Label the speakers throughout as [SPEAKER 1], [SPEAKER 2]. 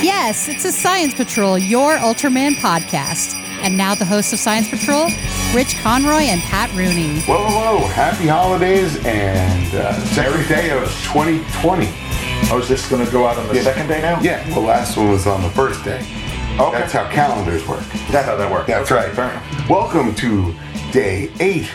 [SPEAKER 1] Yes, it's a Science Patrol, your Ultraman podcast. And now the hosts of Science Patrol, Rich Conroy and Pat Rooney.
[SPEAKER 2] Whoa, whoa, whoa. happy holidays and uh, it's every day of 2020.
[SPEAKER 3] Oh, is this going to go out on the
[SPEAKER 2] Yeah.
[SPEAKER 3] second day now?
[SPEAKER 2] Yeah, the last one was on the first day.
[SPEAKER 3] Okay.
[SPEAKER 2] That's how calendars work.
[SPEAKER 3] That's how that works.
[SPEAKER 2] That's
[SPEAKER 3] Okay,
[SPEAKER 2] right.
[SPEAKER 3] fair enough.
[SPEAKER 2] Welcome to day eight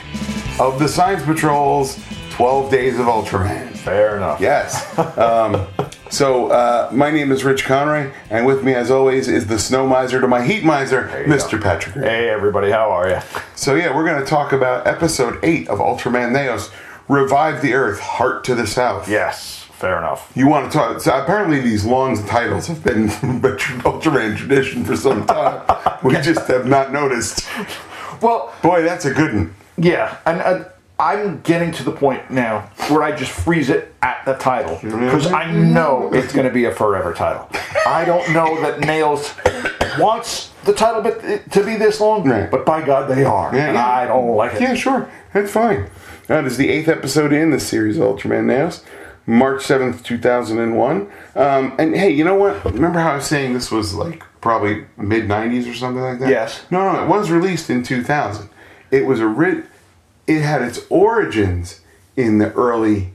[SPEAKER 2] of the Science Patrol's 12 Days of Ultraman.
[SPEAKER 3] Fair enough.
[SPEAKER 2] Yes. Um, so, uh, my name is Rich Conroy, and with me, as always, is the snow miser to my heat miser,
[SPEAKER 3] you
[SPEAKER 2] Mr.
[SPEAKER 3] go.
[SPEAKER 2] Patrick.
[SPEAKER 3] Hey, everybody, how are you?
[SPEAKER 2] So yeah, we're going to talk about episode eight of Ultraman Neos, revive the Earth, heart to the south.
[SPEAKER 3] Yes, fair enough.
[SPEAKER 2] You want to talk? So apparently, these long titles have been Ultraman tradition for some time. we just have not noticed.
[SPEAKER 3] Well,
[SPEAKER 2] Boy, that's a good one.
[SPEAKER 3] yeah, and uh, I'm getting to the point now where I just freeze it at the title because I know it's going to be a forever title. I don't know that Nails wants the title bit uh, to be this long,
[SPEAKER 2] Right.
[SPEAKER 3] but by God, they are.
[SPEAKER 2] Yeah,
[SPEAKER 3] and
[SPEAKER 2] yeah.
[SPEAKER 3] I don't like it.
[SPEAKER 2] Yeah, sure, that's fine. That is the eighth episode in the series Ultraman Neos, March seventh, two thousand and one. Um, and hey, you know what? Remember how I was saying this was like probably mid '90s or something like that?
[SPEAKER 3] Yes.
[SPEAKER 2] No, no, it was released in 2000. It was a ri- it had its origins in the early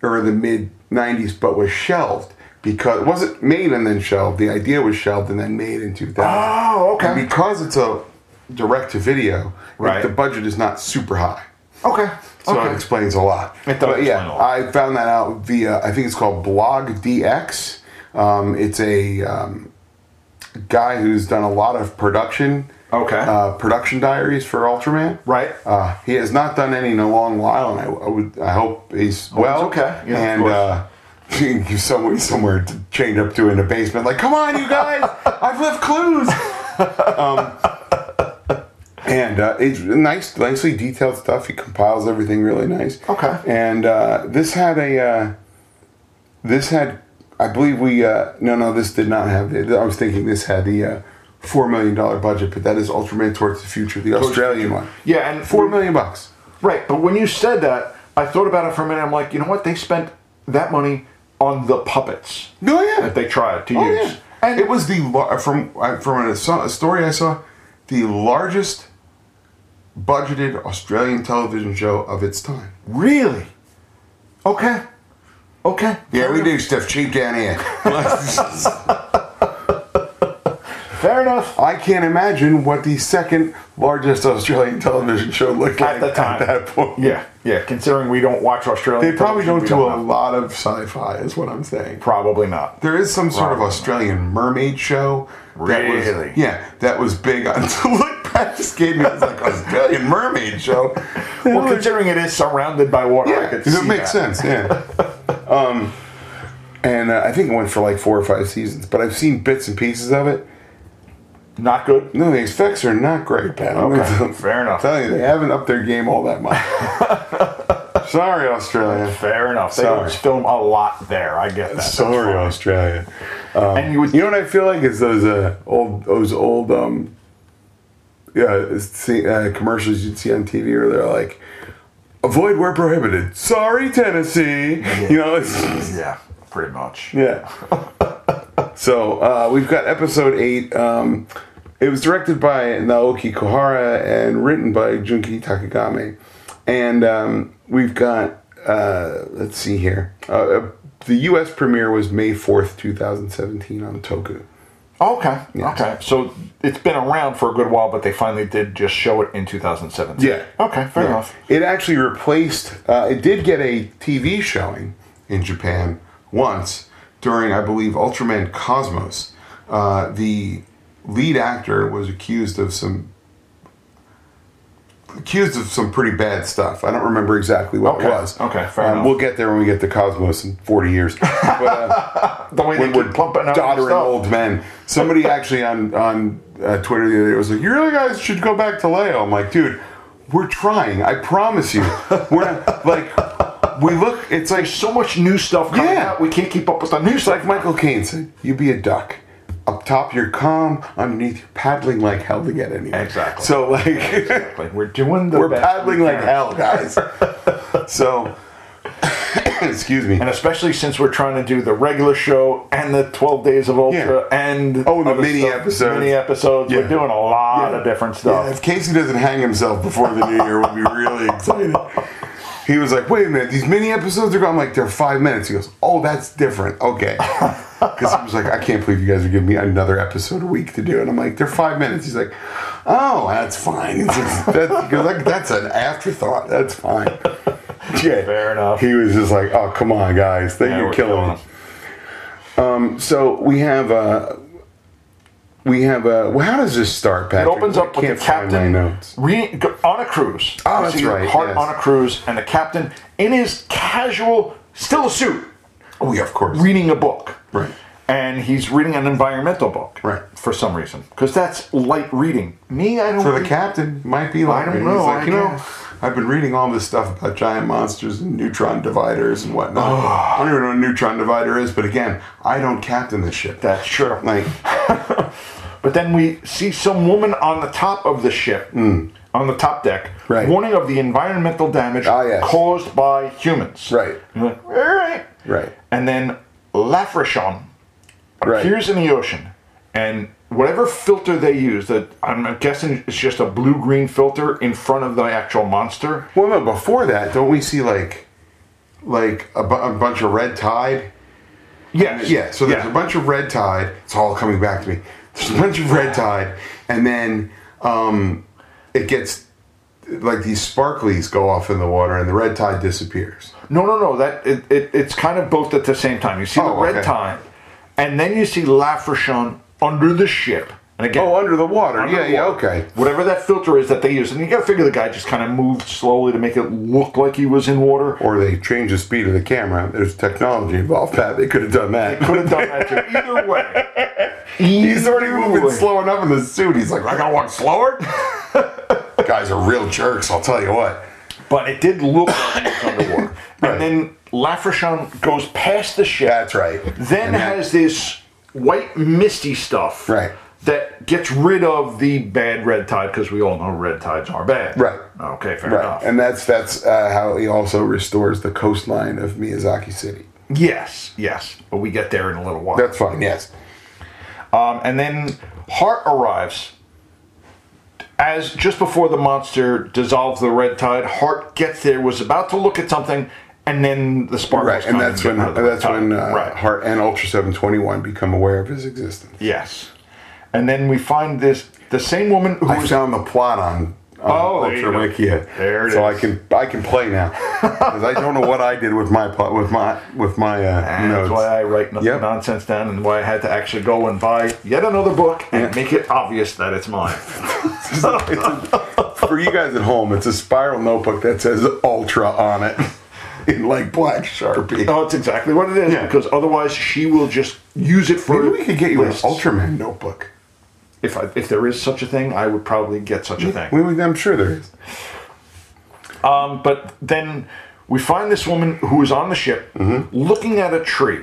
[SPEAKER 2] or the mid 90s, but was shelved because it wasn't made and then shelved. The idea was shelved and then made in 2000.
[SPEAKER 3] Oh, okay.
[SPEAKER 2] And because it's a direct to video,
[SPEAKER 3] Right.
[SPEAKER 2] the budget is not super high.
[SPEAKER 3] Okay.
[SPEAKER 2] So
[SPEAKER 3] okay.
[SPEAKER 2] it explains a lot. But
[SPEAKER 3] It does explain a
[SPEAKER 2] yeah,
[SPEAKER 3] lot.
[SPEAKER 2] I found that out via I think it's called Blog DX. Um, it's a um, guy who's done a lot of production.
[SPEAKER 3] Okay.
[SPEAKER 2] Uh, production diaries for Ultraman.
[SPEAKER 3] Right.
[SPEAKER 2] Uh, he has not done any in a long while, and I, I would I hope he's well.
[SPEAKER 3] Oh, okay. Yeah, of
[SPEAKER 2] and.
[SPEAKER 3] course.
[SPEAKER 2] Uh, Somewhere, somewhere to chained up to in a basement. Like, come on, you guys! I've left clues. And uh, it's nice, nicely detailed stuff. He compiles everything really nice.
[SPEAKER 3] Okay.
[SPEAKER 2] And uh, this had a, uh, this had, I believe we, uh, no, no, this did not have. The, I was thinking this had the uh, four million dollar budget, but that is Ultraman Towards the Future, the Australian one.
[SPEAKER 3] yeah, and
[SPEAKER 2] Four million bucks.
[SPEAKER 3] Right, but when you said that, I thought about it for a minute. I'm like, you know what? They spent that money on the puppets
[SPEAKER 2] No, yeah.
[SPEAKER 3] that they tried to
[SPEAKER 2] Oh,
[SPEAKER 3] use.
[SPEAKER 2] yeah.
[SPEAKER 3] And
[SPEAKER 2] it was the lar- from I- from a, so- a story I saw, the largest budgeted Australian television show of its time.
[SPEAKER 3] really, okay, okay,
[SPEAKER 2] Yeah, we do stuff cheap down here.
[SPEAKER 3] fair enough.
[SPEAKER 2] I can't imagine what the second largest Australian television show looked like
[SPEAKER 3] At the time,
[SPEAKER 2] at that point.
[SPEAKER 3] yeah, yeah. Considering we don't watch Australian,
[SPEAKER 2] They probably don't
[SPEAKER 3] television,
[SPEAKER 2] do
[SPEAKER 3] we
[SPEAKER 2] a
[SPEAKER 3] know.
[SPEAKER 2] lot of sci fi, is what I'm saying.
[SPEAKER 3] Probably not.
[SPEAKER 2] There is some sort of
[SPEAKER 3] Right.
[SPEAKER 2] Australian mermaid show. that was-
[SPEAKER 3] Really?
[SPEAKER 2] yeah, that was big. on Look, Pat just gave me this like Australian mermaid show.
[SPEAKER 3] Well, considering it is surrounded by water, I
[SPEAKER 2] Yeah,
[SPEAKER 3] could
[SPEAKER 2] it
[SPEAKER 3] see
[SPEAKER 2] makes
[SPEAKER 3] that.
[SPEAKER 2] sense. Yeah. um, and uh, I think it went for like four or five seasons, but I've seen bits and pieces of it.
[SPEAKER 3] Not good.
[SPEAKER 2] No, the effects are not great, Pat. I'm
[SPEAKER 3] Okay,
[SPEAKER 2] gonna-
[SPEAKER 3] fair enough.
[SPEAKER 2] I'm telling you, they haven't upped their game all that much. Sorry, Australia.
[SPEAKER 3] Fair enough. They
[SPEAKER 2] Sorry.
[SPEAKER 3] don't film a lot there. I get that.
[SPEAKER 2] Sorry, Australia.
[SPEAKER 3] and you would
[SPEAKER 2] You know what I feel like is those uh, old those old um yeah see, uh, commercials you'd see on TV where they're like, "Avoid where prohibited." Sorry, Tennessee. You know. It's,
[SPEAKER 3] yeah, pretty much.
[SPEAKER 2] yeah. so uh, we've got episode eight. Um, it was directed by Naoki Kohara and written by Junki Takagame. And um, we've got, uh, let's see here. Uh, Uh, the US premiere was May 4th, 2017 on Toku.
[SPEAKER 3] Okay. Okay. So it's been around for a good while, but they finally did just show it in 2017.
[SPEAKER 2] Yeah.
[SPEAKER 3] Okay. Fair
[SPEAKER 2] Yeah.
[SPEAKER 3] enough.
[SPEAKER 2] It actually replaced. Uh, it did get a TV showing in Japan once during, I believe, Ultraman Cosmos. Uh, the lead actor was accused of some accused of some pretty bad stuff. I don't remember exactly what
[SPEAKER 3] Okay.
[SPEAKER 2] it was. Um,
[SPEAKER 3] Okay, fair enough.
[SPEAKER 2] We'll get there when we get to Cosmos in 40 years. But, uh,
[SPEAKER 3] The way
[SPEAKER 2] when
[SPEAKER 3] they
[SPEAKER 2] we're
[SPEAKER 3] keep plumping out
[SPEAKER 2] doddering
[SPEAKER 3] stuff.
[SPEAKER 2] old men. Somebody actually on on uh, Twitter the other day was like, "You really guys should go back to Leo." I'm like, "Dude, we're trying. I promise you, we're not like we look. It's like
[SPEAKER 3] There's so much new stuff coming
[SPEAKER 2] Yeah.
[SPEAKER 3] out. We can't keep up with the new stuff.
[SPEAKER 2] like Michael Caine said, you be a duck. Up top, you're calm. Underneath, you're paddling like hell to get anywhere.
[SPEAKER 3] Exactly.
[SPEAKER 2] So like,
[SPEAKER 3] Like we're doing the
[SPEAKER 2] we're
[SPEAKER 3] best we
[SPEAKER 2] paddling like
[SPEAKER 3] can.
[SPEAKER 2] hell, guys. so Excuse me.
[SPEAKER 3] And especially since we're trying to do the regular show and the 12 Days of Ultra
[SPEAKER 2] Yeah.
[SPEAKER 3] and
[SPEAKER 2] Oh, and the
[SPEAKER 3] other
[SPEAKER 2] mini episodes.
[SPEAKER 3] Mini episodes.
[SPEAKER 2] Yeah.
[SPEAKER 3] We're doing a lot of different stuff.
[SPEAKER 2] Yeah, if Casey doesn't hang himself before the new year, we'll be really excited. He was like, "Wait a minute, these mini episodes are gone." I'm like, "They're five minutes." He goes, "Oh, that's different." Okay, because he was like, "I can't believe you guys are giving me another episode a week to do," and I'm like, "They're five minutes." He's like, "Oh, that's fine." He's like, that's, he goes, "That- "That's an afterthought. That's fine." Yeah,
[SPEAKER 3] Fair enough.
[SPEAKER 2] He was just like, "Oh, come on, guys, They
[SPEAKER 3] Yeah,
[SPEAKER 2] you're
[SPEAKER 3] we're
[SPEAKER 2] killing
[SPEAKER 3] killing
[SPEAKER 2] me." So we have uh, we have uh, well, how does this start,
[SPEAKER 3] It
[SPEAKER 2] Patrick?
[SPEAKER 3] opens
[SPEAKER 2] I
[SPEAKER 3] up with
[SPEAKER 2] can't
[SPEAKER 3] the
[SPEAKER 2] find my
[SPEAKER 3] captain
[SPEAKER 2] notes.
[SPEAKER 3] re- go- on a cruise.
[SPEAKER 2] Oh,
[SPEAKER 3] You
[SPEAKER 2] that's
[SPEAKER 3] see
[SPEAKER 2] right,
[SPEAKER 3] Hart
[SPEAKER 2] yes.
[SPEAKER 3] on a cruise, and the captain in his casual, still a suit,
[SPEAKER 2] Oh yeah, of course.
[SPEAKER 3] reading a book.
[SPEAKER 2] Right.
[SPEAKER 3] And he's reading an environmental book.
[SPEAKER 2] Right.
[SPEAKER 3] For some reason, because that's light reading. Me, I don't.
[SPEAKER 2] For the
[SPEAKER 3] read-
[SPEAKER 2] captain, might be like
[SPEAKER 3] I don't
[SPEAKER 2] he's
[SPEAKER 3] know,
[SPEAKER 2] like,
[SPEAKER 3] I
[SPEAKER 2] you know,
[SPEAKER 3] guess.
[SPEAKER 2] I've been reading all this stuff about giant monsters and neutron dividers and whatnot.
[SPEAKER 3] Oh.
[SPEAKER 2] I don't even know what a neutron divider is, but again, I don't captain this ship.
[SPEAKER 3] That's true.
[SPEAKER 2] like
[SPEAKER 3] But then we see some woman on the top of the ship, on the top deck,
[SPEAKER 2] Hmm. Right.
[SPEAKER 3] warning of the environmental damage
[SPEAKER 2] Ah, yes.
[SPEAKER 3] caused by humans.
[SPEAKER 2] Right.
[SPEAKER 3] You're like, all right.
[SPEAKER 2] Right.
[SPEAKER 3] And then Lafrishon
[SPEAKER 2] Right.
[SPEAKER 3] appears in the ocean, and whatever filter they use, that I'm guessing it's just a blue-green filter in front of the actual monster.
[SPEAKER 2] Well, no, before that, don't we see like like a, bu- a bunch of red tide?
[SPEAKER 3] Yes.
[SPEAKER 2] Yeah, so there's a bunch of red tide. It's all coming back to me. There's a bunch of red tide, and then um, it gets like these sparklies go off in the water, and the red tide disappears.
[SPEAKER 3] No, no, no. That it, it, it's kind of both at the same time. You see
[SPEAKER 2] Oh,
[SPEAKER 3] the red
[SPEAKER 2] okay.
[SPEAKER 3] tide, and then you see Lafrishon under the ship. And again,
[SPEAKER 2] Oh, under the water.
[SPEAKER 3] Under
[SPEAKER 2] yeah,
[SPEAKER 3] the
[SPEAKER 2] yeah,
[SPEAKER 3] water.
[SPEAKER 2] okay.
[SPEAKER 3] Whatever that filter is that they use, and you gotta figure the guy just kind of moved slowly to make it look like he was in water.
[SPEAKER 2] Or they change the speed of the camera. There's technology involved, Pat. They could have done
[SPEAKER 3] Could
[SPEAKER 2] that.
[SPEAKER 3] have done that too. Either way,
[SPEAKER 2] He's already
[SPEAKER 3] Either
[SPEAKER 2] moving
[SPEAKER 3] way.
[SPEAKER 2] slow enough in the suit. He's like, I gotta walk slower. Guys are real jerks. I'll tell you what.
[SPEAKER 3] But it did look like he was underwater.
[SPEAKER 2] Right.
[SPEAKER 3] And then Lafrishon goes past the ship.
[SPEAKER 2] That's right.
[SPEAKER 3] Then
[SPEAKER 2] And that-
[SPEAKER 3] has this white misty stuff.
[SPEAKER 2] Right.
[SPEAKER 3] That gets rid of the bad red tide because we all know red tides are bad.
[SPEAKER 2] Right.
[SPEAKER 3] Okay, fair
[SPEAKER 2] Right,
[SPEAKER 3] enough.
[SPEAKER 2] and that's that's uh, how he also restores the coastline of Miyazaki City.
[SPEAKER 3] yes, yes. But we get there in a little while.
[SPEAKER 2] That's fine. Yes.
[SPEAKER 3] Um, and then Hart arrives. As just before the monster dissolves the red tide, Hart gets there, was about to look at something, and then the sparkles.
[SPEAKER 2] Right, and
[SPEAKER 3] come
[SPEAKER 2] that's
[SPEAKER 3] get
[SPEAKER 2] when
[SPEAKER 3] out of the red
[SPEAKER 2] that's
[SPEAKER 3] tide.
[SPEAKER 2] when uh,
[SPEAKER 3] right.
[SPEAKER 2] Heart and Ultra Seven Twenty One become aware of his existence.
[SPEAKER 3] Yes, and then we find this the same woman who
[SPEAKER 2] I
[SPEAKER 3] was
[SPEAKER 2] found the plot on, on
[SPEAKER 3] Oh, there you
[SPEAKER 2] Ultra
[SPEAKER 3] go.
[SPEAKER 2] Wikia,
[SPEAKER 3] There it
[SPEAKER 2] so
[SPEAKER 3] is.
[SPEAKER 2] I can I can play now because I don't know what I did with my plot with my with my uh,
[SPEAKER 3] and that's
[SPEAKER 2] notes.
[SPEAKER 3] why I write no-
[SPEAKER 2] Yep.
[SPEAKER 3] nonsense down, and why I had to actually go and buy yet another book and make it obvious that it's mine.
[SPEAKER 2] It's a- for you guys at home, it's a spiral notebook that says Ultra on it in like black sharpie.
[SPEAKER 3] no, it's exactly what it is
[SPEAKER 2] Yeah.
[SPEAKER 3] because otherwise she will just use it for.
[SPEAKER 2] Maybe we could get you
[SPEAKER 3] lists.
[SPEAKER 2] an Ultraman notebook.
[SPEAKER 3] If I, if there is such a thing, I would probably get such a thing.
[SPEAKER 2] We, we- I'm sure there is.
[SPEAKER 3] Um, but then we find this woman who is on the ship
[SPEAKER 2] Mm-hmm.
[SPEAKER 3] looking at a tree,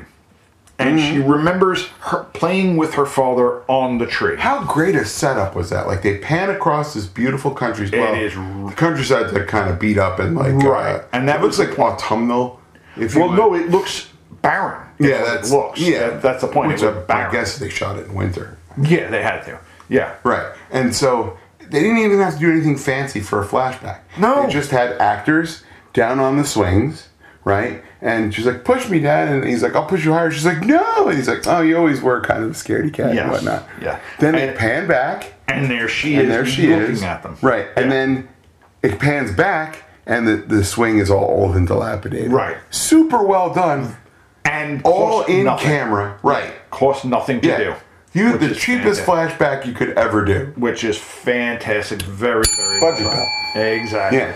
[SPEAKER 3] and she remembers her playing with her father on the tree.
[SPEAKER 2] How great a setup was that? Like they pan across this beautiful countryside. Well,
[SPEAKER 3] is
[SPEAKER 2] the countryside's like kind of beat up and like
[SPEAKER 3] Right.
[SPEAKER 2] and
[SPEAKER 3] And
[SPEAKER 2] that
[SPEAKER 3] that
[SPEAKER 2] looks like autumnal. If you
[SPEAKER 3] well,
[SPEAKER 2] would.
[SPEAKER 3] no, it looks barren. is
[SPEAKER 2] yeah,
[SPEAKER 3] what it
[SPEAKER 2] that's
[SPEAKER 3] looks.
[SPEAKER 2] Yeah,
[SPEAKER 3] That- that's the point.
[SPEAKER 2] Which
[SPEAKER 3] it was
[SPEAKER 2] I, I
[SPEAKER 3] barren.
[SPEAKER 2] guess they shot it in winter,
[SPEAKER 3] Yeah, they had to. Yeah.
[SPEAKER 2] right? And so they didn't even have to do anything fancy for a flashback.
[SPEAKER 3] No.
[SPEAKER 2] they just had actors down on the swings, right? And she's like, "Push me, Dad," and he's like, "I'll push you higher." She's like, "No," and he's like, "Oh, you always were kind of a scaredy cat and
[SPEAKER 3] Yes.
[SPEAKER 2] whatnot."
[SPEAKER 3] Yeah.
[SPEAKER 2] Then they
[SPEAKER 3] And-
[SPEAKER 2] pan back.
[SPEAKER 3] And there she
[SPEAKER 2] and
[SPEAKER 3] is.
[SPEAKER 2] there she
[SPEAKER 3] looking
[SPEAKER 2] is
[SPEAKER 3] at them.
[SPEAKER 2] right and
[SPEAKER 3] Yeah.
[SPEAKER 2] then it pans back and the, the swing is all old and dilapidated
[SPEAKER 3] Right.
[SPEAKER 2] super well done
[SPEAKER 3] and
[SPEAKER 2] all
[SPEAKER 3] cost
[SPEAKER 2] in
[SPEAKER 3] nothing.
[SPEAKER 2] camera right
[SPEAKER 3] Cost nothing to
[SPEAKER 2] yeah
[SPEAKER 3] do.
[SPEAKER 2] you
[SPEAKER 3] which
[SPEAKER 2] the
[SPEAKER 3] is
[SPEAKER 2] cheapest
[SPEAKER 3] fantastic.
[SPEAKER 2] flashback you could ever do
[SPEAKER 3] Which is fantastic. Very, very
[SPEAKER 2] Budget
[SPEAKER 3] well done.
[SPEAKER 2] bill.
[SPEAKER 3] Exactly.
[SPEAKER 2] yeah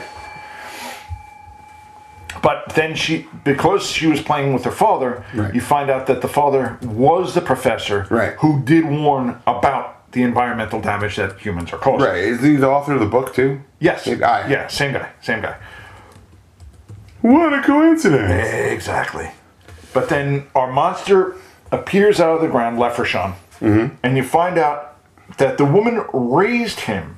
[SPEAKER 3] But then she, because she was playing with her father,
[SPEAKER 2] Right.
[SPEAKER 3] you find out that the father was the professor
[SPEAKER 2] Right.
[SPEAKER 3] who did warn about the environmental damage that humans are causing.
[SPEAKER 2] right is he the author of the book too
[SPEAKER 3] Yes.
[SPEAKER 2] All right.
[SPEAKER 3] Yeah. Same guy. Same guy.
[SPEAKER 2] what a coincidence
[SPEAKER 3] Exactly. But then our monster appears out of the ground, Lefrishon,
[SPEAKER 2] Mm-hmm.
[SPEAKER 3] and you find out that the woman raised him,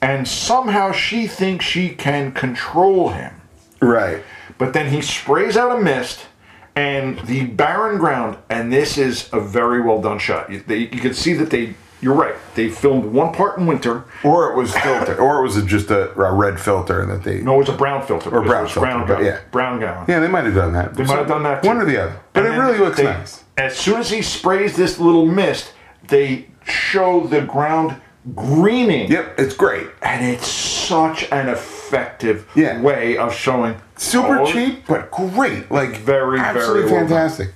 [SPEAKER 3] and somehow she thinks she can control him.
[SPEAKER 2] right
[SPEAKER 3] But then he sprays out a mist and the barren ground, and this is a very well done shot. You, they, you can see that they, you're right, they filmed one part in winter.
[SPEAKER 2] Or it was filtered. or it was just a, a red filter that they.
[SPEAKER 3] No, it was a brown filter.
[SPEAKER 2] Or
[SPEAKER 3] because
[SPEAKER 2] brown
[SPEAKER 3] it was
[SPEAKER 2] filter,
[SPEAKER 3] brown
[SPEAKER 2] but
[SPEAKER 3] gown.
[SPEAKER 2] yeah.
[SPEAKER 3] Brown gown.
[SPEAKER 2] Yeah, they might have done that. They
[SPEAKER 3] might have done that,
[SPEAKER 2] One
[SPEAKER 3] too.
[SPEAKER 2] or the other. But
[SPEAKER 3] And
[SPEAKER 2] it
[SPEAKER 3] then
[SPEAKER 2] really looks
[SPEAKER 3] they-
[SPEAKER 2] nice.
[SPEAKER 3] As soon as he sprays this little mist, they show the ground greening.
[SPEAKER 2] Yep, it's great.
[SPEAKER 3] And it's such an effective
[SPEAKER 2] Yeah.
[SPEAKER 3] way of showing.
[SPEAKER 2] Super
[SPEAKER 3] Oh,
[SPEAKER 2] cheap, but great. Like
[SPEAKER 3] Very, very
[SPEAKER 2] absolutely
[SPEAKER 3] well done.
[SPEAKER 2] fantastic.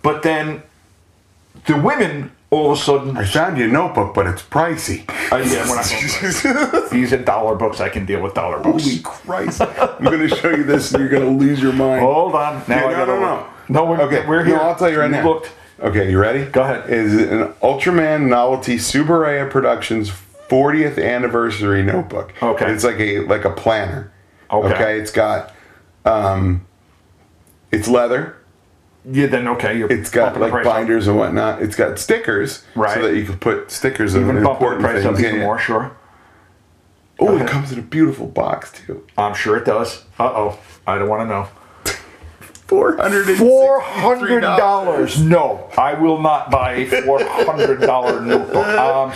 [SPEAKER 3] But then the women all of a sudden.
[SPEAKER 2] I found your notebook, but it's pricey.
[SPEAKER 3] Uh, yeah, we're not going to- These are dollar books. I can deal with dollar books.
[SPEAKER 2] Holy Christ! I'm going to show you this, and you're going to lose your mind.
[SPEAKER 3] Hold on. Now
[SPEAKER 2] Yeah,
[SPEAKER 3] I
[SPEAKER 2] no,
[SPEAKER 3] gotta
[SPEAKER 2] no, no.
[SPEAKER 3] look. No, we're,
[SPEAKER 2] okay,
[SPEAKER 3] we're here.
[SPEAKER 2] No, I'll tell you right
[SPEAKER 3] You
[SPEAKER 2] now.
[SPEAKER 3] Looked.
[SPEAKER 2] Okay, you ready?
[SPEAKER 3] Go ahead.
[SPEAKER 2] Is an Ultraman novelty Subaraya Productions 40th anniversary notebook.
[SPEAKER 3] Okay.
[SPEAKER 2] It's like a like a planner.
[SPEAKER 3] Okay.
[SPEAKER 2] It's got, um, it's leather.
[SPEAKER 3] Yeah, then okay. You're
[SPEAKER 2] It's got
[SPEAKER 3] bumping the
[SPEAKER 2] like
[SPEAKER 3] price up.
[SPEAKER 2] binders and whatnot. It's got stickers,
[SPEAKER 3] Right.
[SPEAKER 2] So that you can put stickers
[SPEAKER 3] Even
[SPEAKER 2] on
[SPEAKER 3] bumping the
[SPEAKER 2] important
[SPEAKER 3] price
[SPEAKER 2] things.
[SPEAKER 3] up
[SPEAKER 2] Yeah,
[SPEAKER 3] even
[SPEAKER 2] yeah.
[SPEAKER 3] more, sure.
[SPEAKER 2] Oh, it comes in a beautiful box too.
[SPEAKER 3] I'm sure it does. Uh oh. I don't want to know.
[SPEAKER 2] Four hundred.
[SPEAKER 3] Four hundred dollars. No, I will not buy a four hundred dollar notebook. I'm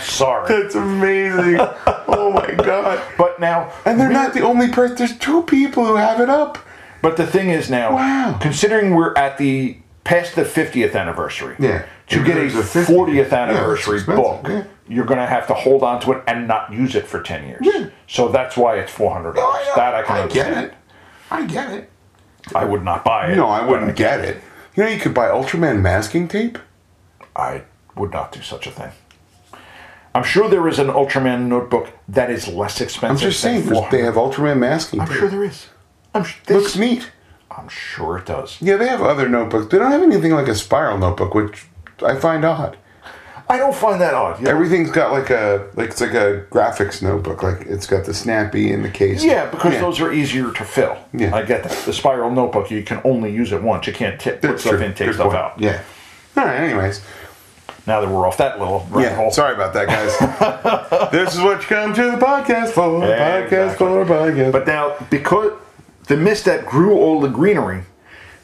[SPEAKER 3] sorry.
[SPEAKER 2] That's amazing. oh my god.
[SPEAKER 3] But now,
[SPEAKER 2] And they're not the only person. There's two people who have it up.
[SPEAKER 3] but the thing is now,
[SPEAKER 2] Wow.
[SPEAKER 3] considering we're at the past the fiftieth anniversary,
[SPEAKER 2] Yeah.
[SPEAKER 3] to
[SPEAKER 2] If
[SPEAKER 3] get
[SPEAKER 2] it
[SPEAKER 3] a
[SPEAKER 2] was the 50th,
[SPEAKER 3] fortieth
[SPEAKER 2] yeah, it's
[SPEAKER 3] anniversary
[SPEAKER 2] expensive,
[SPEAKER 3] book,
[SPEAKER 2] yeah.
[SPEAKER 3] you're going to have to hold on to it and not use it for ten years.
[SPEAKER 2] Yeah. Oh,
[SPEAKER 3] So that's why it's four hundred dollars. That I can understand.
[SPEAKER 2] get it. I get it.
[SPEAKER 3] I would not buy it.
[SPEAKER 2] No, I wouldn't get it. You know, you could buy Ultraman masking tape.
[SPEAKER 3] I would not do such a thing. I'm sure there is an Ultraman notebook that is less
[SPEAKER 2] I'm
[SPEAKER 3] expensive.
[SPEAKER 2] just
[SPEAKER 3] than
[SPEAKER 2] saying, there's- they
[SPEAKER 3] $400.
[SPEAKER 2] have Ultraman masking
[SPEAKER 3] I'm
[SPEAKER 2] tape.
[SPEAKER 3] sure there is. I'm, sh- this-
[SPEAKER 2] Looks neat.
[SPEAKER 3] I'm sure it does.
[SPEAKER 2] Yeah, they have other notebooks. They don't have anything like a spiral notebook, which I find odd.
[SPEAKER 3] I don't find that odd. Yeah,
[SPEAKER 2] Everything's got like a like it's like a graphics notebook. Like it's got the snappy in the case.
[SPEAKER 3] Yeah, because those are easier to fill.
[SPEAKER 2] Yeah.
[SPEAKER 3] I get that. The spiral notebook, you can only use it once. You can't t- put
[SPEAKER 2] That's
[SPEAKER 3] stuff
[SPEAKER 2] true.
[SPEAKER 3] in,
[SPEAKER 2] Good
[SPEAKER 3] take stuff
[SPEAKER 2] point.
[SPEAKER 3] out.
[SPEAKER 2] Yeah. All right. Anyways.
[SPEAKER 3] Now that we're off that little rabbit
[SPEAKER 2] Yeah,
[SPEAKER 3] hole.
[SPEAKER 2] sorry about that, guys. this is what you come to the podcast for.
[SPEAKER 3] Yeah,
[SPEAKER 2] podcast
[SPEAKER 3] exactly.
[SPEAKER 2] for podcast.
[SPEAKER 3] But now, because the mist that grew all the greenery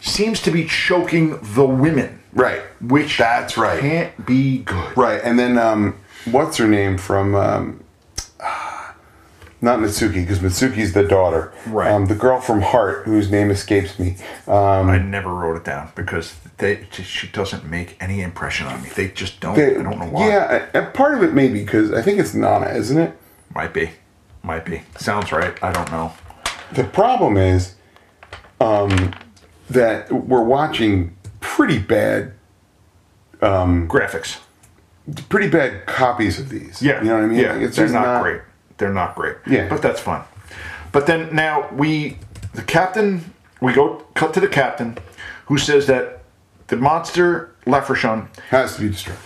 [SPEAKER 3] seems to be choking the women.
[SPEAKER 2] right,
[SPEAKER 3] Which
[SPEAKER 2] That's right.
[SPEAKER 3] can't be good.
[SPEAKER 2] right, and then um, what's her name from? Um, not Mitsuki, because Mitsuki's the daughter.
[SPEAKER 3] Right.
[SPEAKER 2] Um, the girl from Heart, whose name escapes me.
[SPEAKER 3] I never wrote it down because they she, she doesn't make any impression on me. They just don't. I don't know why.
[SPEAKER 2] Yeah, a- a part of it maybe because I think it's Nana, isn't it?
[SPEAKER 3] Might be. Might be. Sounds right. I don't know.
[SPEAKER 2] The problem is um, that we're watching pretty bad
[SPEAKER 3] Graphics.
[SPEAKER 2] pretty bad copies of these.
[SPEAKER 3] Yeah.
[SPEAKER 2] You know what I mean?
[SPEAKER 3] Yeah.
[SPEAKER 2] Like,
[SPEAKER 3] They're
[SPEAKER 2] just
[SPEAKER 3] not, great. They're not great.
[SPEAKER 2] Yeah.
[SPEAKER 3] But that's fun. But then now we, the captain, we go cut to the captain who says that the monster Lefrishon
[SPEAKER 2] Has to be destroyed.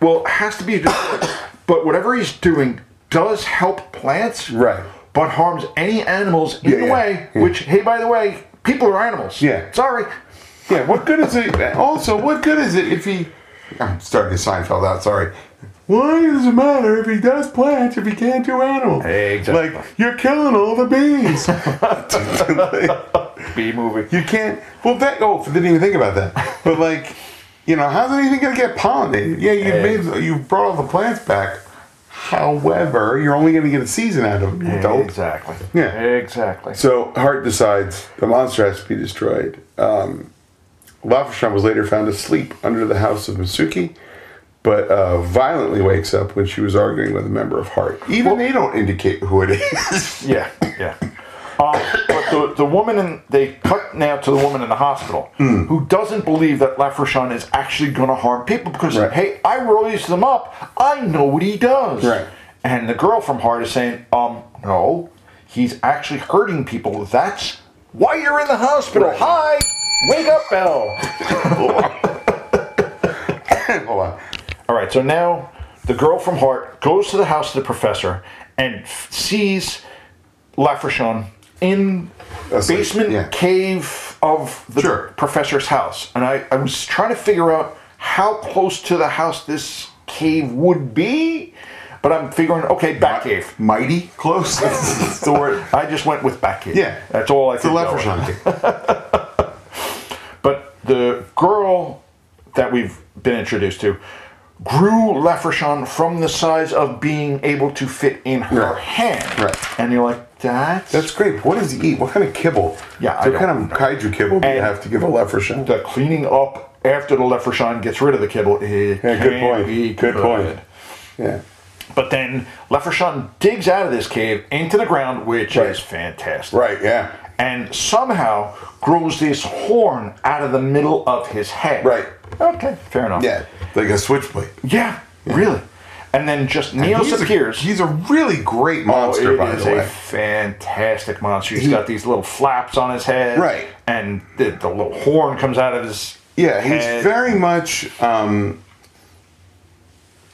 [SPEAKER 3] well has to be destroyed but whatever he's doing does help plants
[SPEAKER 2] Right.
[SPEAKER 3] but harms any animals in
[SPEAKER 2] Yeah,
[SPEAKER 3] the
[SPEAKER 2] yeah,
[SPEAKER 3] way
[SPEAKER 2] yeah.
[SPEAKER 3] which hey by the way people are animals
[SPEAKER 2] Yeah.
[SPEAKER 3] sorry
[SPEAKER 2] Yeah, what good is it? Also, what good is it if he. I'm starting to Seinfeld out, sorry. Why does it matter if he does plants if he can't do animals?
[SPEAKER 3] Exactly.
[SPEAKER 2] Like, you're killing all the bees.
[SPEAKER 3] b movie
[SPEAKER 2] you can't. Well, that. Oh, didn't even think about that. But, like, you know, how's anything going to get pollinated? Yeah, you've, made, you've brought all the plants back. However, you're only going to get a season out of them, you dope.
[SPEAKER 3] exactly
[SPEAKER 2] Yeah.
[SPEAKER 3] exactly
[SPEAKER 2] So Hart decides the monster has to be destroyed. Um, Lafashon was later found asleep under the house of Mitsuki, but uh, violently wakes up when she was arguing with a member of Hart. Even they don't indicate who it is.
[SPEAKER 3] yeah yeah um, but the, the woman in they cut now to the woman in the hospital
[SPEAKER 2] Hmm.
[SPEAKER 3] who doesn't believe that Lafrishon is actually going to harm people because
[SPEAKER 2] Right.
[SPEAKER 3] hey I raised them up I know what he does
[SPEAKER 2] Right.
[SPEAKER 3] and the girl from Heart is saying um no he's actually hurting people that's why you're in the hospital
[SPEAKER 2] Right.
[SPEAKER 3] hi wake up Belle
[SPEAKER 2] Hold on.
[SPEAKER 3] All right, so now the girl from Hart goes to the house of the professor and f- sees Lafrishon in
[SPEAKER 2] Asleep,
[SPEAKER 3] basement
[SPEAKER 2] yeah.
[SPEAKER 3] cave of the
[SPEAKER 2] Sure.
[SPEAKER 3] professor's house. And I, I was trying to figure out how close to the house this cave would be, But I'm figuring, okay, Batcave.
[SPEAKER 2] Mighty close. That's the word.
[SPEAKER 3] I just went with Batcave.
[SPEAKER 2] Yeah.
[SPEAKER 3] That's all I
[SPEAKER 2] It's a
[SPEAKER 3] could go
[SPEAKER 2] leper
[SPEAKER 3] with.
[SPEAKER 2] hunting.
[SPEAKER 3] But the girl that we've been introduced to grew Lefrishon from the size of being able to fit in her
[SPEAKER 2] Right.
[SPEAKER 3] hand.
[SPEAKER 2] Right.
[SPEAKER 3] And you're like, that's,
[SPEAKER 2] That's great. What does he eat? What kind of kibble?
[SPEAKER 3] Yeah, I
[SPEAKER 2] What kind of kaiju kibble do you
[SPEAKER 3] And-
[SPEAKER 2] have to give a leprechaun?
[SPEAKER 3] the cleaning up after the Lefrishon gets rid of the kibble. It
[SPEAKER 2] Yeah, good
[SPEAKER 3] can't
[SPEAKER 2] point.
[SPEAKER 3] be
[SPEAKER 2] Good point.
[SPEAKER 3] good.
[SPEAKER 2] Yeah.
[SPEAKER 3] But then Lefrishon digs out of this cave into the ground, which
[SPEAKER 2] Right.
[SPEAKER 3] is fantastic.
[SPEAKER 2] Right. Yeah.
[SPEAKER 3] and somehow grows this horn out of the middle of his head.
[SPEAKER 2] Right.
[SPEAKER 3] Okay, fair enough.
[SPEAKER 2] Yeah. Like a switchblade.
[SPEAKER 3] Yeah, really. And then just Neos
[SPEAKER 2] He's a-
[SPEAKER 3] appears.
[SPEAKER 2] he's a really great
[SPEAKER 3] Oh,
[SPEAKER 2] monster,
[SPEAKER 3] it
[SPEAKER 2] by
[SPEAKER 3] is
[SPEAKER 2] the
[SPEAKER 3] a
[SPEAKER 2] way.
[SPEAKER 3] fantastic monster. He's
[SPEAKER 2] He-
[SPEAKER 3] got these little flaps on his head.
[SPEAKER 2] Right.
[SPEAKER 3] And the, the little horn comes out of his
[SPEAKER 2] Yeah, he's
[SPEAKER 3] head.
[SPEAKER 2] very much. Um,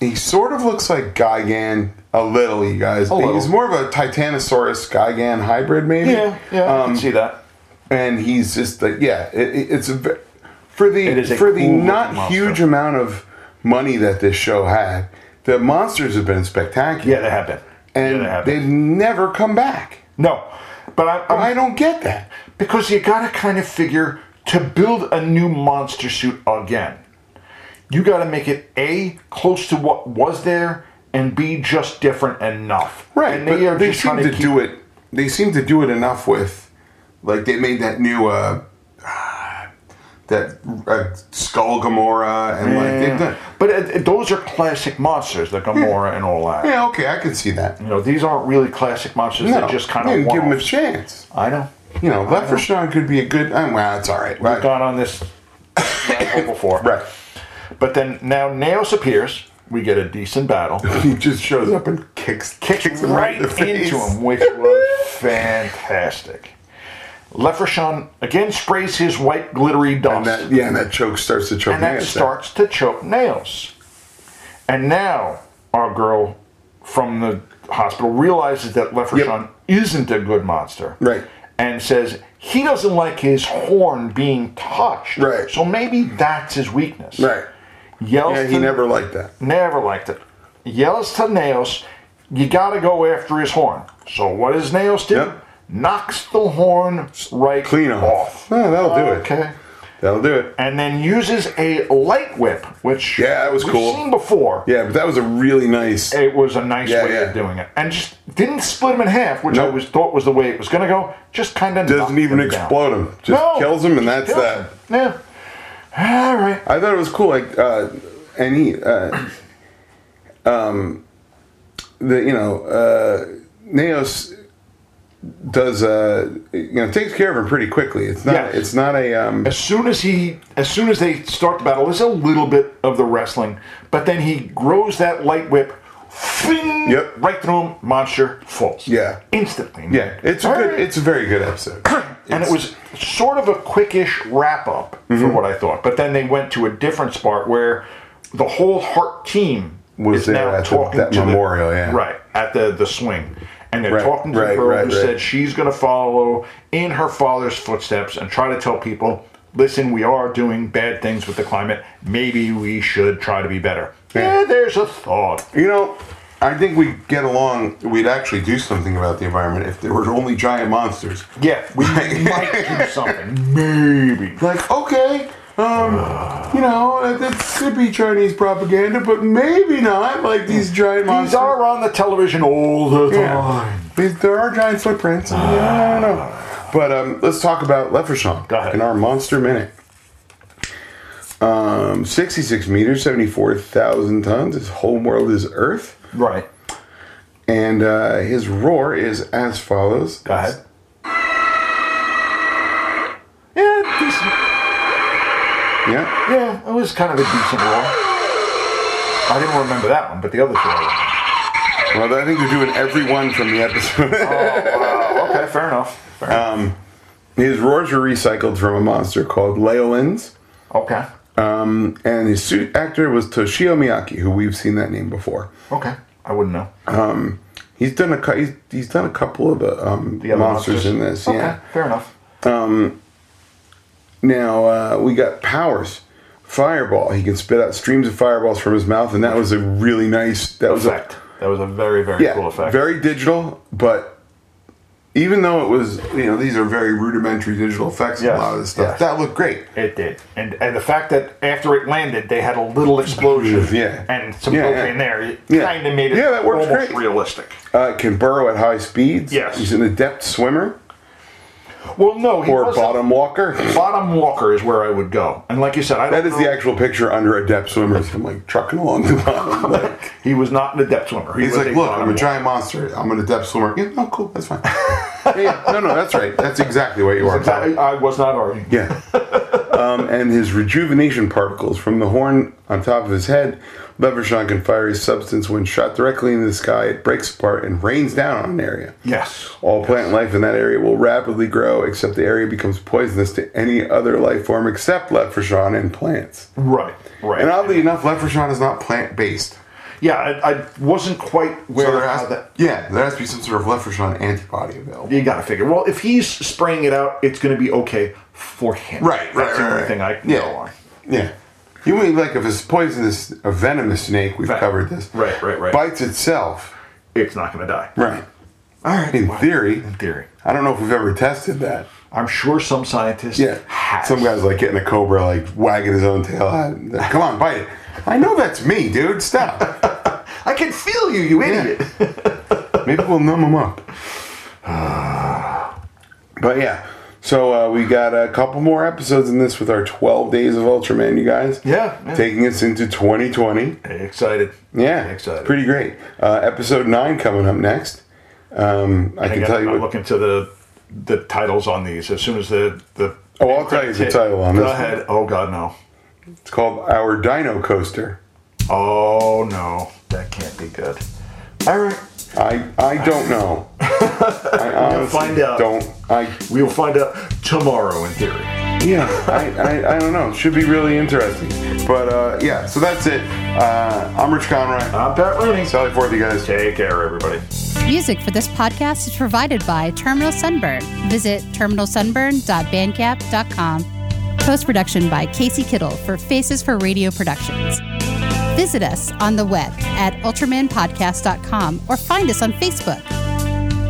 [SPEAKER 2] he sort of looks like Gigan a little, you guys.
[SPEAKER 3] A little.
[SPEAKER 2] He's more of a Titanosaurus Gigan hybrid, maybe.
[SPEAKER 3] Yeah, yeah, I can
[SPEAKER 2] Um,
[SPEAKER 3] see that.
[SPEAKER 2] and he's just like, yeah, it, it- it's a ve- for the
[SPEAKER 3] It is a
[SPEAKER 2] for the
[SPEAKER 3] cool-looking
[SPEAKER 2] not
[SPEAKER 3] monster.
[SPEAKER 2] huge amount of money that this show had. The monsters have been spectacular.
[SPEAKER 3] Yeah, they have been.
[SPEAKER 2] and
[SPEAKER 3] yeah, they have
[SPEAKER 2] they've
[SPEAKER 3] been.
[SPEAKER 2] never come back.
[SPEAKER 3] No, but I, I'm,
[SPEAKER 2] I don't get that.
[SPEAKER 3] Because you gotta kind of figure to build a new monster suit again, you gotta make it A, close to what was there, and B, just different enough.
[SPEAKER 2] Right,
[SPEAKER 3] And
[SPEAKER 2] but they,
[SPEAKER 3] just
[SPEAKER 2] seem
[SPEAKER 3] trying
[SPEAKER 2] to do it. They seem to do it enough with, like they made that new, uh, that uh, Skull Gamora and like they've done.
[SPEAKER 3] But uh, those are classic monsters, the Gamora and all that.
[SPEAKER 2] Yeah, okay, I can see that.
[SPEAKER 3] You know, these aren't really classic monsters.
[SPEAKER 2] No,
[SPEAKER 3] They're just kind
[SPEAKER 2] you
[SPEAKER 3] of
[SPEAKER 2] didn't give him a
[SPEAKER 3] one-offs.
[SPEAKER 2] chance.
[SPEAKER 3] I know.
[SPEAKER 2] You know, Lefrishon could be a good. Uh, well, it's all right. Right,
[SPEAKER 3] I've gone on this ramble before.
[SPEAKER 2] right.
[SPEAKER 3] But then now Naos appears. We get a decent battle.
[SPEAKER 2] He just shows up and kicks,
[SPEAKER 3] kicks
[SPEAKER 2] him
[SPEAKER 3] right
[SPEAKER 2] in the face.
[SPEAKER 3] into him, which was fantastic. Lefrishon again sprays his white glittery dust,
[SPEAKER 2] And that, yeah, and that choke starts to choke.
[SPEAKER 3] and that
[SPEAKER 2] Nails out.
[SPEAKER 3] starts to choke nails. And now our girl from the hospital realizes that Lefrishon isn't a good monster,
[SPEAKER 2] Right.
[SPEAKER 3] And says he doesn't like his horn being touched,
[SPEAKER 2] Right.
[SPEAKER 3] So maybe that's his weakness,
[SPEAKER 2] Right.
[SPEAKER 3] Yells
[SPEAKER 2] Yeah, he
[SPEAKER 3] to-
[SPEAKER 2] never liked that.
[SPEAKER 3] Never liked it. Yells to Naos, you gotta go after his horn. So what does Naos do?
[SPEAKER 2] Yep.
[SPEAKER 3] Knocks the horn right
[SPEAKER 2] Clean off. Yeah, that'll do it.
[SPEAKER 3] Okay.
[SPEAKER 2] That'll do it.
[SPEAKER 3] And then uses a light whip, which
[SPEAKER 2] Yeah, that was
[SPEAKER 3] we've
[SPEAKER 2] cool.
[SPEAKER 3] seen before.
[SPEAKER 2] Yeah, but that was a really nice.
[SPEAKER 3] It was a nice
[SPEAKER 2] Yeah,
[SPEAKER 3] way
[SPEAKER 2] yeah.
[SPEAKER 3] of doing it. And just didn't split him in half, which I
[SPEAKER 2] Nope.
[SPEAKER 3] was thought was the way it was gonna go. Just kind of
[SPEAKER 2] doesn't even explode him. Just
[SPEAKER 3] No.
[SPEAKER 2] kills him, and that's that.
[SPEAKER 3] Yeah. All right.
[SPEAKER 2] I thought it was cool. Like, uh, and he, uh, um, the you know, uh, Naos does uh, you know takes care of him pretty quickly. It's not.
[SPEAKER 3] Yeah.
[SPEAKER 2] It's not a. Um,
[SPEAKER 3] as soon as he as soon as they start the battle there's a little bit of the wrestling but then he grows that light whip fling,
[SPEAKER 2] Yep.
[SPEAKER 3] right through him monster falls
[SPEAKER 2] Yeah.
[SPEAKER 3] instantly
[SPEAKER 2] yeah, it's a
[SPEAKER 3] All
[SPEAKER 2] good.
[SPEAKER 3] right.
[SPEAKER 2] It's a very good episode.
[SPEAKER 3] and it was sort of a quickish wrap up for
[SPEAKER 2] Mm-hmm.
[SPEAKER 3] what i thought but then they went to a different spot where the whole heart team
[SPEAKER 2] Was
[SPEAKER 3] is
[SPEAKER 2] there
[SPEAKER 3] now
[SPEAKER 2] at the-
[SPEAKER 3] talking
[SPEAKER 2] that
[SPEAKER 3] to the-
[SPEAKER 2] memorial, yeah.
[SPEAKER 3] right at the the swing and they're
[SPEAKER 2] Right,
[SPEAKER 3] talking to
[SPEAKER 2] right,
[SPEAKER 3] the girl
[SPEAKER 2] right,
[SPEAKER 3] who
[SPEAKER 2] right.
[SPEAKER 3] said she's going to follow in her father's footsteps and try to tell people listen we are doing bad things with the climate maybe we should try to be better
[SPEAKER 2] Yeah.
[SPEAKER 3] yeah, there's a thought
[SPEAKER 2] You know, I think we would get along. We'd actually do something about the environment if there were only giant monsters.
[SPEAKER 3] yeah we might do something maybe
[SPEAKER 2] like okay um you know that, that could be chinese propaganda but maybe not like these giant
[SPEAKER 3] these
[SPEAKER 2] monsters
[SPEAKER 3] are on the television all the time
[SPEAKER 2] yeah. These- there are giant footprints
[SPEAKER 3] Ah.
[SPEAKER 2] yeah, i don't know but um let's talk about
[SPEAKER 3] Go ahead.
[SPEAKER 2] leprechaun in our monster minute um 66 meters 74000 tons his home world is earth
[SPEAKER 3] right
[SPEAKER 2] and uh his roar is as follows
[SPEAKER 3] go ahead yeah decent
[SPEAKER 2] yeah
[SPEAKER 3] Yeah, it was kind of a decent roll. I didn't remember that one, but the other two. I
[SPEAKER 2] well i think they're doing every one from the episode
[SPEAKER 3] remember. okay, fair enough. Fair
[SPEAKER 2] Uh,
[SPEAKER 3] enough.
[SPEAKER 2] his roars were recycled from a monster called leolins
[SPEAKER 3] Okay.
[SPEAKER 2] Um, and his suit actor was Toshio Miyaki, who we've seen that name before.
[SPEAKER 3] Okay. I wouldn't know.
[SPEAKER 2] He's done a cou- he's, he's done a couple of the, um,
[SPEAKER 3] The other
[SPEAKER 2] monsters, in this.
[SPEAKER 3] Okay,
[SPEAKER 2] Yeah.
[SPEAKER 3] fair enough.
[SPEAKER 2] Now uh, we got powers. Fireball. He can spit out streams of fireballs from his mouth, and that was a really nice. That was a,
[SPEAKER 3] Effect. That was a very, very
[SPEAKER 2] yeah,
[SPEAKER 3] cool effect.
[SPEAKER 2] very digital, but even though it was, you know, these are very rudimentary digital effects, in
[SPEAKER 3] Yes,
[SPEAKER 2] a lot of this stuff,
[SPEAKER 3] yes.
[SPEAKER 2] that looked great.
[SPEAKER 3] It did, and and the fact that after it landed, they had a little explosion,
[SPEAKER 2] Yeah.
[SPEAKER 3] and some
[SPEAKER 2] Yeah, yeah.
[SPEAKER 3] propane there, it
[SPEAKER 2] Yeah.
[SPEAKER 3] kind of made it
[SPEAKER 2] Yeah, that works
[SPEAKER 3] almost
[SPEAKER 2] great.
[SPEAKER 3] realistic.
[SPEAKER 2] Uh, it can burrow at high speeds.
[SPEAKER 3] Yes.
[SPEAKER 2] He's an adept swimmer
[SPEAKER 3] Well, no, he
[SPEAKER 2] or
[SPEAKER 3] wasn't.
[SPEAKER 2] bottom walker.
[SPEAKER 3] Bottom Walker is where I would go, and like you said, I don't
[SPEAKER 2] That is
[SPEAKER 3] know-
[SPEAKER 2] the actual picture under adept swimmers. I'm like trucking along the bottom. Like,
[SPEAKER 3] He was not an adept swimmer. He
[SPEAKER 2] he's
[SPEAKER 3] was
[SPEAKER 2] like,
[SPEAKER 3] a
[SPEAKER 2] look,
[SPEAKER 3] bottom
[SPEAKER 2] I'm a
[SPEAKER 3] walker."
[SPEAKER 2] giant monster. I'm an adept swimmer. Yeah, no, cool. That's fine. yeah, yeah. No, no, that's right. That's exactly what you are.
[SPEAKER 3] That- I was not arguing.
[SPEAKER 2] Yeah. um, and his rejuvenation particles from the horn on top of his head. Levershon can fire his substance when shot directly into the sky. It breaks apart and rains down on an area.
[SPEAKER 3] Yes.
[SPEAKER 2] All plant life in that area will rapidly grow, except the area becomes poisonous to any other life form except Levershon and plants.
[SPEAKER 3] Right. Right.
[SPEAKER 2] And oddly enough, Levershon is not plant based.
[SPEAKER 3] yeah, I, I wasn't quite
[SPEAKER 2] So
[SPEAKER 3] where
[SPEAKER 2] there
[SPEAKER 3] how
[SPEAKER 2] has,
[SPEAKER 3] that.
[SPEAKER 2] yeah, there has to be some sort of Levershon antibody available.
[SPEAKER 3] You got to figure. Well, if he's spraying it out, it's going to be okay for him.
[SPEAKER 2] Right, right, right,
[SPEAKER 3] That's the only
[SPEAKER 2] right.
[SPEAKER 3] thing I can
[SPEAKER 2] Yeah.
[SPEAKER 3] go on.
[SPEAKER 2] Yeah. You mean like if it's poisonous, a venomous snake, we've
[SPEAKER 3] Ven-
[SPEAKER 2] covered this.
[SPEAKER 3] right, right, right.
[SPEAKER 2] Bites itself.
[SPEAKER 3] It's not going to die.
[SPEAKER 2] Right.
[SPEAKER 3] All right.
[SPEAKER 2] In
[SPEAKER 3] well,
[SPEAKER 2] theory.
[SPEAKER 3] In theory.
[SPEAKER 2] I don't know if we've ever tested that.
[SPEAKER 3] I'm sure some scientists
[SPEAKER 2] Yeah.
[SPEAKER 3] have.
[SPEAKER 2] Some guy's like getting a cobra, like wagging his own tail. I- Come on, bite it. I know that's me, dude. Stop.
[SPEAKER 3] I can feel you, you idiot.
[SPEAKER 2] Maybe we'll numb him up. But yeah. So uh, we got a couple more episodes in this with our 12 days of Ultraman, you guys.
[SPEAKER 3] Yeah, yeah.
[SPEAKER 2] Taking us into 2020.
[SPEAKER 3] Excited.
[SPEAKER 2] Yeah,
[SPEAKER 3] Excited.
[SPEAKER 2] Pretty great. Uh, episode nine coming up next. Um, I can
[SPEAKER 3] Again,
[SPEAKER 2] tell you
[SPEAKER 3] I'm
[SPEAKER 2] what.
[SPEAKER 3] looking to the the titles on these as soon as the the.
[SPEAKER 2] Oh, I'll tell you the title on
[SPEAKER 3] Go
[SPEAKER 2] this one.
[SPEAKER 3] ahead. Oh God, no.
[SPEAKER 2] It's called Our Dino Coaster.
[SPEAKER 3] Oh no, that can't be good. All right,
[SPEAKER 2] I I don't know. I honestly
[SPEAKER 3] find out.
[SPEAKER 2] Don't I?
[SPEAKER 3] we'll find out tomorrow. In theory.
[SPEAKER 2] Yeah, I, I, I don't know. It should be really interesting. But uh, yeah, so that's it. Uh, I'm Rich Conroy.
[SPEAKER 3] I'm Pat Rooney.
[SPEAKER 2] Sally Forth, you guys.
[SPEAKER 3] Take care, everybody.
[SPEAKER 1] Music for this podcast is provided by Terminal Sunburn. Visit terminalsunburn.bandcamp.com. Post production by Casey Kittle for Faces for Radio Productions. Visit us on the web at ultramanpodcast.com or find us on Facebook.